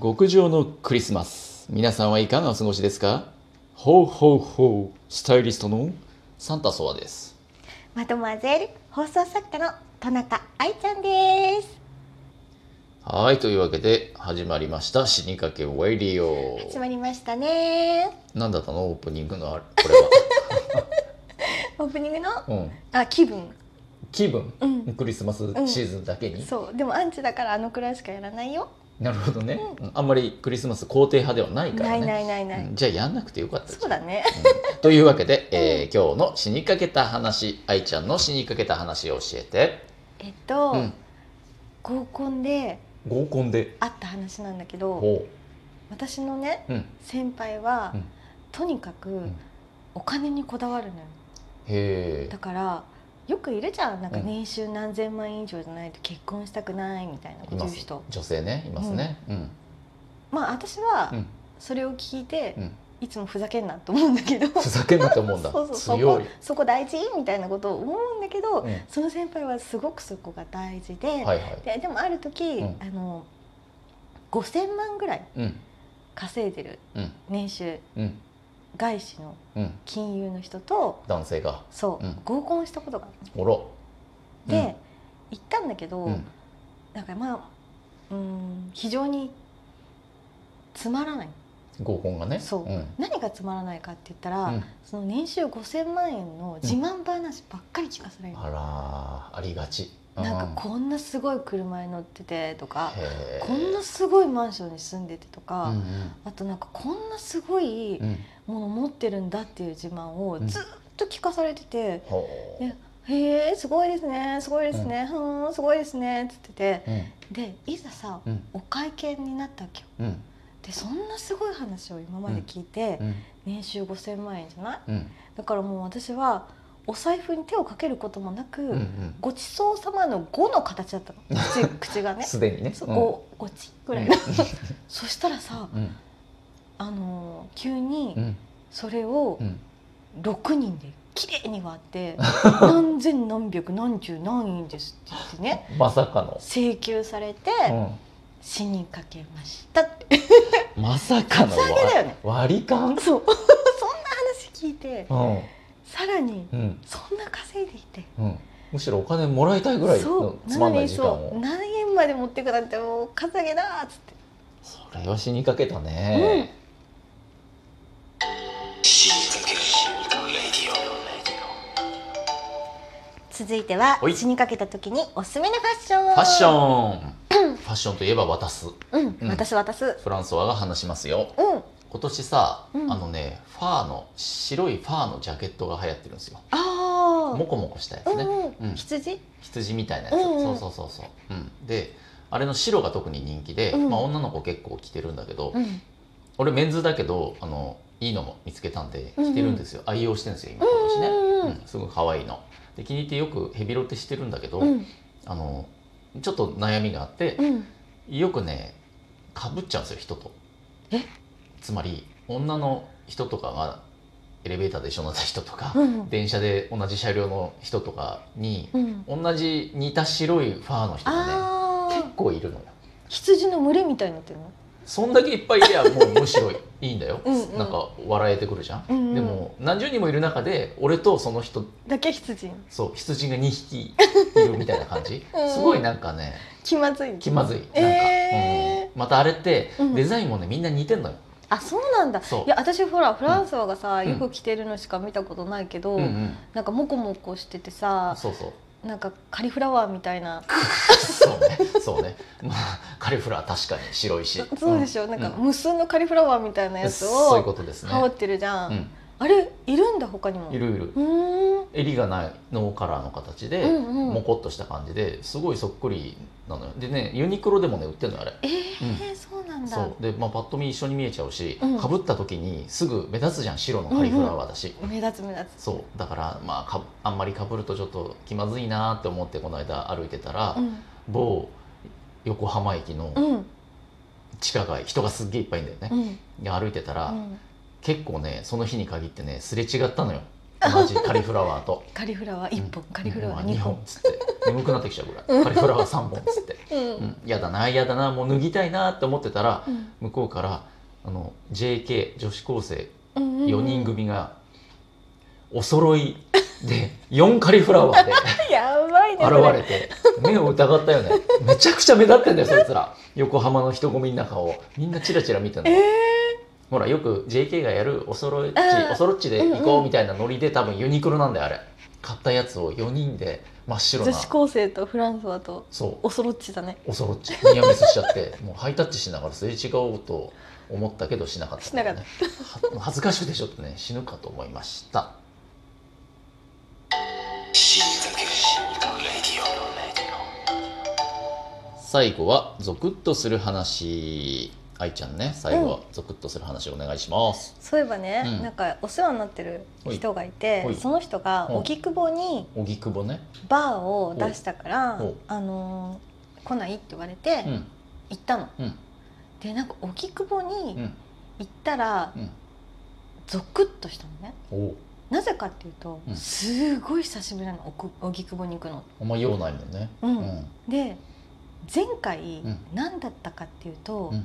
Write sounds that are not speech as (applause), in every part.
極上のクリスマス皆さんはいかがお過ごしですかほうほうほうスタイリストのサンタソワですまとまぜる放送作家の田中愛ちゃんですはいというわけで始まりました死にかけウェイリオ始まりましたね何だったのオープニングのあれこれオープニングの (laughs) は、うん、あ気分気分、うんクリスマスシーズンだけに、そうでもアンチだからあのくらいしかやらないよなるほどね、うんあんまりクリスマス肯定派ではないからなねいないないない、うんじゃあやんなくてよかったですそうだねうんというわけで、えー今日の死にかけた話愛ちゃんの死にかけた話を教えて、えっと、うん合コンで合コンで会った話なんだけどほ私のねう、うん、先輩は、うんとにかくんお金にこだわるのよへえだからよくいるじゃんなんかうん年収何千万円以上じゃないと結婚したくないみたいなことい言まうす人女性ねいますねうんまあ私うはんそれを聞いて、うんいつもふざけんなと思うんだけどふざけんなと思うんだそうそうそ強こいそこ大事みたいなことを思うんだけど、うんその先輩はすごくそこが大事で、はいはいででもある時、うんあの5,000万ぐらいうん稼いでるうん年収うん外資のうん金融の人と男性がそう、うん合コンしたことがあるおらで、行ったんだけど、うんうんなんかまあうん非常につまらない合コンがねそううん何がつまらないかって言ったら、うんその年収5,000万円の自慢話ばっかり聞かされる、あらーありがちなんかこんなすごい車に乗っててとか、へーこんなすごいマンションに住んでてとか、うんあとなんかこんなすごいうんうんもの持ってるんだっていう自慢をうんずっと聞かされててほうね「へえすごいですねすごいですねふーんすごいですね」っつっててうんでいざさうんお会見になったわけよ。うんでそんなすごい話を今まで聞いて、うん年収5,000万円じゃないうんだからもう私はお財布に手をかけることもなく、うんうんごちそうさまの「5」の形だったの口 (laughs) 口がねすでにねそううんごごちぐらいのそしたらさ、うんあのー急うにんそれをうん6人で綺麗に割 (laughs) って「何千何百何十何円です」って言ってねまさかの請求されてう死にかけましたってんまさかのそれだよね割り勘そう (laughs) そんな話聞いてうんさらにうんそんな稼いでいてうんむしろお金もらいたいぐらいのそうつまんないに時間そをう何円まで持ってくなんてもう稼げだーっつってそれは死にかけたね、続いてははい死にかけた時におすすめのファッションファッションファッションといえば渡すうん、うん渡す渡すフランソワが話しますようん今年さ、うんあのねファーの白いファーのジャケットが流行ってるんですよあモコモコしたやあ、つね、うんうんうん羊羊みたいなやつ、うんうんそうそうそうそう、うん、であれの白が特に人気で、うんまあ、女の子結構着てるんだけど、うん俺メンズだけどあのいいのも見つけたんで着てるんですよ、愛用してるんですよ今今年ね、うんうんうんうんすごい可愛いので気に入ってよくヘビロテしてるんだけど、うんあのちょっと悩みがあってう、んよくねかぶっちゃうんですよ人とえつまり女の人とかがエレベーターで一緒になった人とか、うん電車で同じ車両の人とかにう、ん同じ似た白いファーの人がねあ結あ構いるのよ羊の群れみたいになってるのそんだけいっぱいいりゃもうむし (laughs) ろいいんだようんうんなんか笑えてくるじゃん、うんうんでも何十人もいる中で俺とその人だけ羊そう羊が2匹いるみたいな感じ、 (laughs) うんすごいなんかね気まずい気まずいなんか、えーうんまたあれってうんデザインもねみんな似てんのよ、あそうなんだそういや私ほらフランスがさ、うんよく着てるのしか見たことないけど、うんうんなんかモコモコしててさそうそうなんかカリフラワーみたいなそうねそうねまあカリフラワー確かに白いしそうでしょ、なんか無数のカリフラワーみたいなうんやつそういうをことですね羽織ってるじゃん、うんあれいるんだ他にもいるいるうーん襟がないノーカラーの形で、うんうんモコっとした感じですごいそっくりなのよでねユニクロでもね売ってるのよあれえーそうなんだそうで、まあ、パッと見一緒に見えちゃうしうんかぶ、被った時にすぐ目立つじゃん白のカリフラワーだし、目立つ目立つそうだから、まあ、かあんまりかぶるとちょっと気まずいなって思ってこの間歩いてたら、うん某横浜駅のうん地下街人がすっげえいっぱいいるんだようね、んで歩いてたら、うん (laughs) 結構ねその日に限ってねすれ違ったのよ同じカリフラワーとカリフラワー1本、カリフラワー二2本っつって眠くなってきちゃうぐらいカリフラワー3本っつって、うんうん、やだなやだなもう脱ぎたいなって思ってたらうん向こうからあの JK 女子高生うんうん4人組がお揃い (laughs) で4カリフラワーでやばいねこ現れて目を疑ったよねめちゃくちゃ目立ってんだよそいつら横浜の人混みの中をみんなチラチラ見てんのえほらよく JK がやるおそろいっちあーおそろっちで行こうみたいなノリで多分ユニクロなんだよあれ買ったやつを4人で真っー白女な子高生とフランスはとそうおそろっちだねおそろっちニヤミスしちゃってもうハイタッチしながらすれ違おうと思ったけどしなかったからね、は恥ずかしいでしょってね死ぬかと思いました最後はゾクッとする話愛ちゃんね最後はゾクッとする話お願いします、そういえばね、うんなんかお世話になってる人がいてほいほいその人がうん荻窪に荻窪ねバーを出したからほうほうあのー来ないって言われてうん行ったの、うんでなんか荻窪うにん行ったらうんゾクッとしたのねおうなぜかっていうと、うんすごい久しぶりなのおく荻窪に行くの、あんま用ないもんねうんうんで前回うん何だったかっていうとうん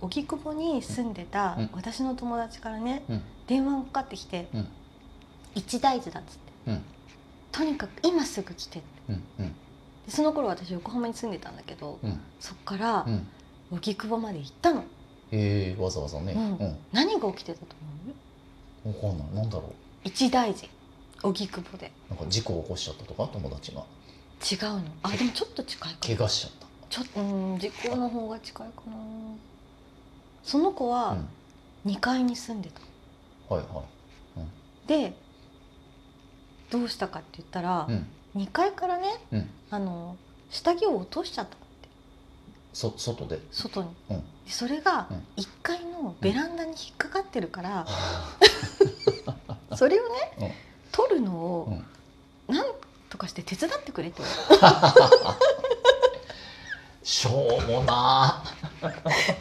荻窪、に住んでたうん私の友達からね、うん電話がかかってきてうん「一大事だ」っつってうん「とにかく今すぐ来て」うんうんでその頃私横浜に住んでたんだけどうんそっからうん荻窪まで行ったのええわざわざね、うん何が起きてたと思ううん、わかんないなんだろ一大事荻窪でうなんか事故を起こしちゃったとか友達が違うのあでもちょっと近いか怪も我しちゃったちょっとうん時効の方が近いかなその子うはん、 2階に住んでたはいはでどうしたかって言ったらい、うん、 2階からね、うんあの下着を落としちゃったのってそ外で外に、うんでそれがうん1階のベランダに引っかかってるから、 (laughs) それをね、うん取るのをなんとかして手伝ってくれって言われしょうもな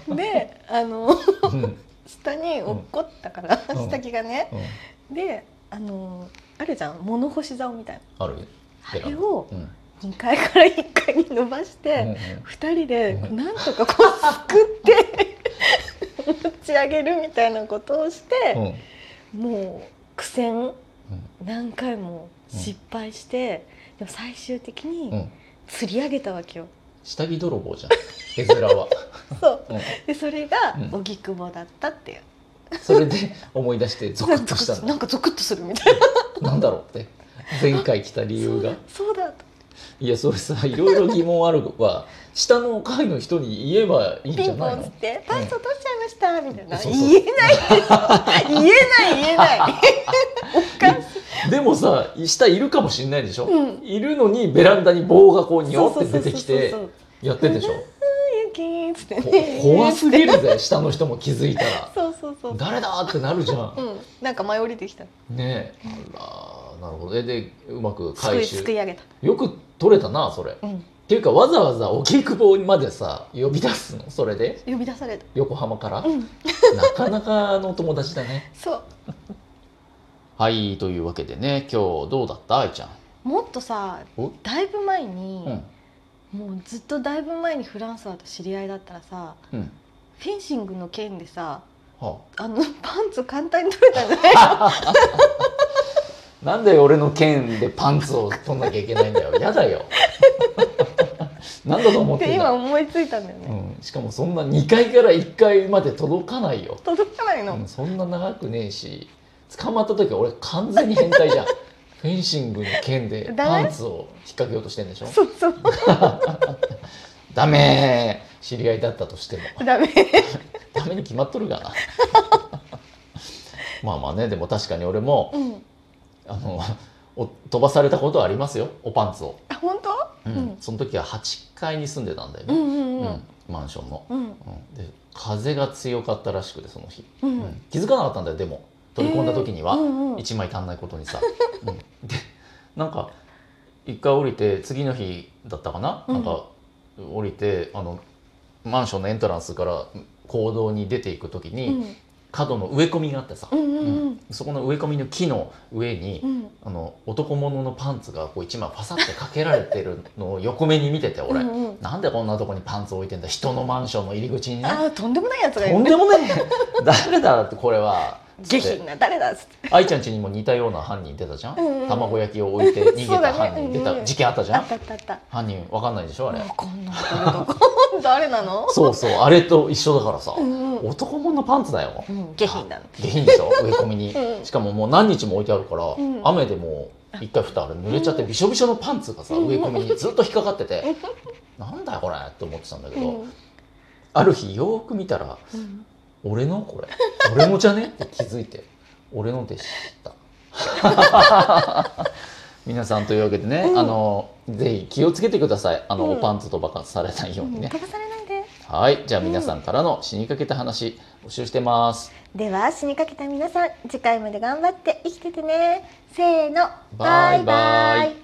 たであのー、うんうん、下に落っこったから、うん下着がねであのあるじゃん物干し竿みたいなあるあベランダれをうん、うん2階から1階に伸ばして、うん、二人でうんなんとかこうすく (laughs) って持ち上げるみたいなことをして、うんもう苦戦うん何回も失敗して、でも最終的うにん、釣り上げたわけよ。下着泥棒じゃん絵面は、そううでそれがうん荻窪だったっていう。ん、それで思い出してゾクッとしたなんんだかゾクッとするみたいな。なんだろうって前回来た理由がそうだといやそれさいろいろ疑問あるわ下の階の人に言えばいいんピじゃンポンなっいつっのて「パンツ落としちゃいました」みたいなそうそう言えないです言えない言え (laughs) ないおかしいでもさ下いるかもしれないでしょ、うんいるのにベランダに棒がこうにそょうそっうそてうそ出うてきてそうやってんで (laughs) しょゆきーっつってこね怖すぎる (laughs) ぜ下の人も気づいたらそうそうそう誰だってなるじゃうんなんか舞い降りてきたんねえあらなるほどででうまくすく回いすく収い上げたよく取れたなそれっうんていうかわざわざ荻窪までさ呼び出すのそれで呼び出された横浜 (laughs) からうんなかなかのお友達だねそうはいというわけでね今日どうだった愛ちゃんもっとさおだいぶ前うにんもうずっとだいぶ前にフランスワと知り合いだったらさうんフェンシングの件でさはあの (laughs) パンツ簡単に取れたんじゃないあなんで俺の剣でパンツを取んなきゃいけないんだよやだよ (laughs) なんだと思っってんだて今思いついたんだよねうん、しかもそんな2階から1階まで届かないよ、届かないのうん、そんな長くねえし捕まった時俺完全に変態 (laughs) じゃんフェンシングの剣でダパメンツを引っ掛けようとしてんでしょそうそう (laughs) ダメー知り合いだったとしてもダメダメに決まっとるがな (laughs) まあまあねでも確かに俺もうんあのお飛ばされたことはありますよおパンツを、あ本当うんうんその時は8階に住んでたんだようんね、うんううんんマンションの、うんうん、で風が強かったらしくてその日ううんん気づかなかったんだよでも取り込んだ時には、えーうんうん1枚足んないことにさ、 (laughs) うんでなんか一回降りて次の日だったかな、うんなんか降りてあのマンションのエントランスから行動に出ていく時に、うん角の植え込みがあってさ、うんうんそこの植え込みの木の上に、うんうんあの男物のパンツがこう一枚パサってかけられてるのを横目に見てて俺、うんうんなんでこんなとこにパンツ置いてんだ人のマンションの入り口にねああとんでもないやつがいとんるでもねえ誰だってこれは下品な誰だっつって愛ちゃん家にも似たような犯人出たじゃん、うんうん卵焼きを置いて逃げそうだたね犯人出うんうたん事件あったじゃあん、ったあったあった犯人わかんないでしょあれ、わかんない誰だか誰なのそうそうあれと一緒だからさ、うんうん男物のパンツだようん下品なの下品でしょ植え込みに、うんしかももう何日も置いてあるから、ん雨でもう一回降ったら濡れちゃってびしょびしょのパンツがさ、うん植え込みにずっと引っかかって (laughs) て、なんだよこれって思ってたんだけど、うんある日よーく見たらうん「俺のこれ俺のじゃね?」って気づいて「俺のでした」 (laughs) 皆さんというわけでね、うんあのぜひ気をつけてくださいあの、うおんパンツとばかされないようにね、飛ばされないではいじゃあ皆さんからの死にかけた話募集してますでは死にかけた皆さん次回まで頑張って生きててねせーのバイバイ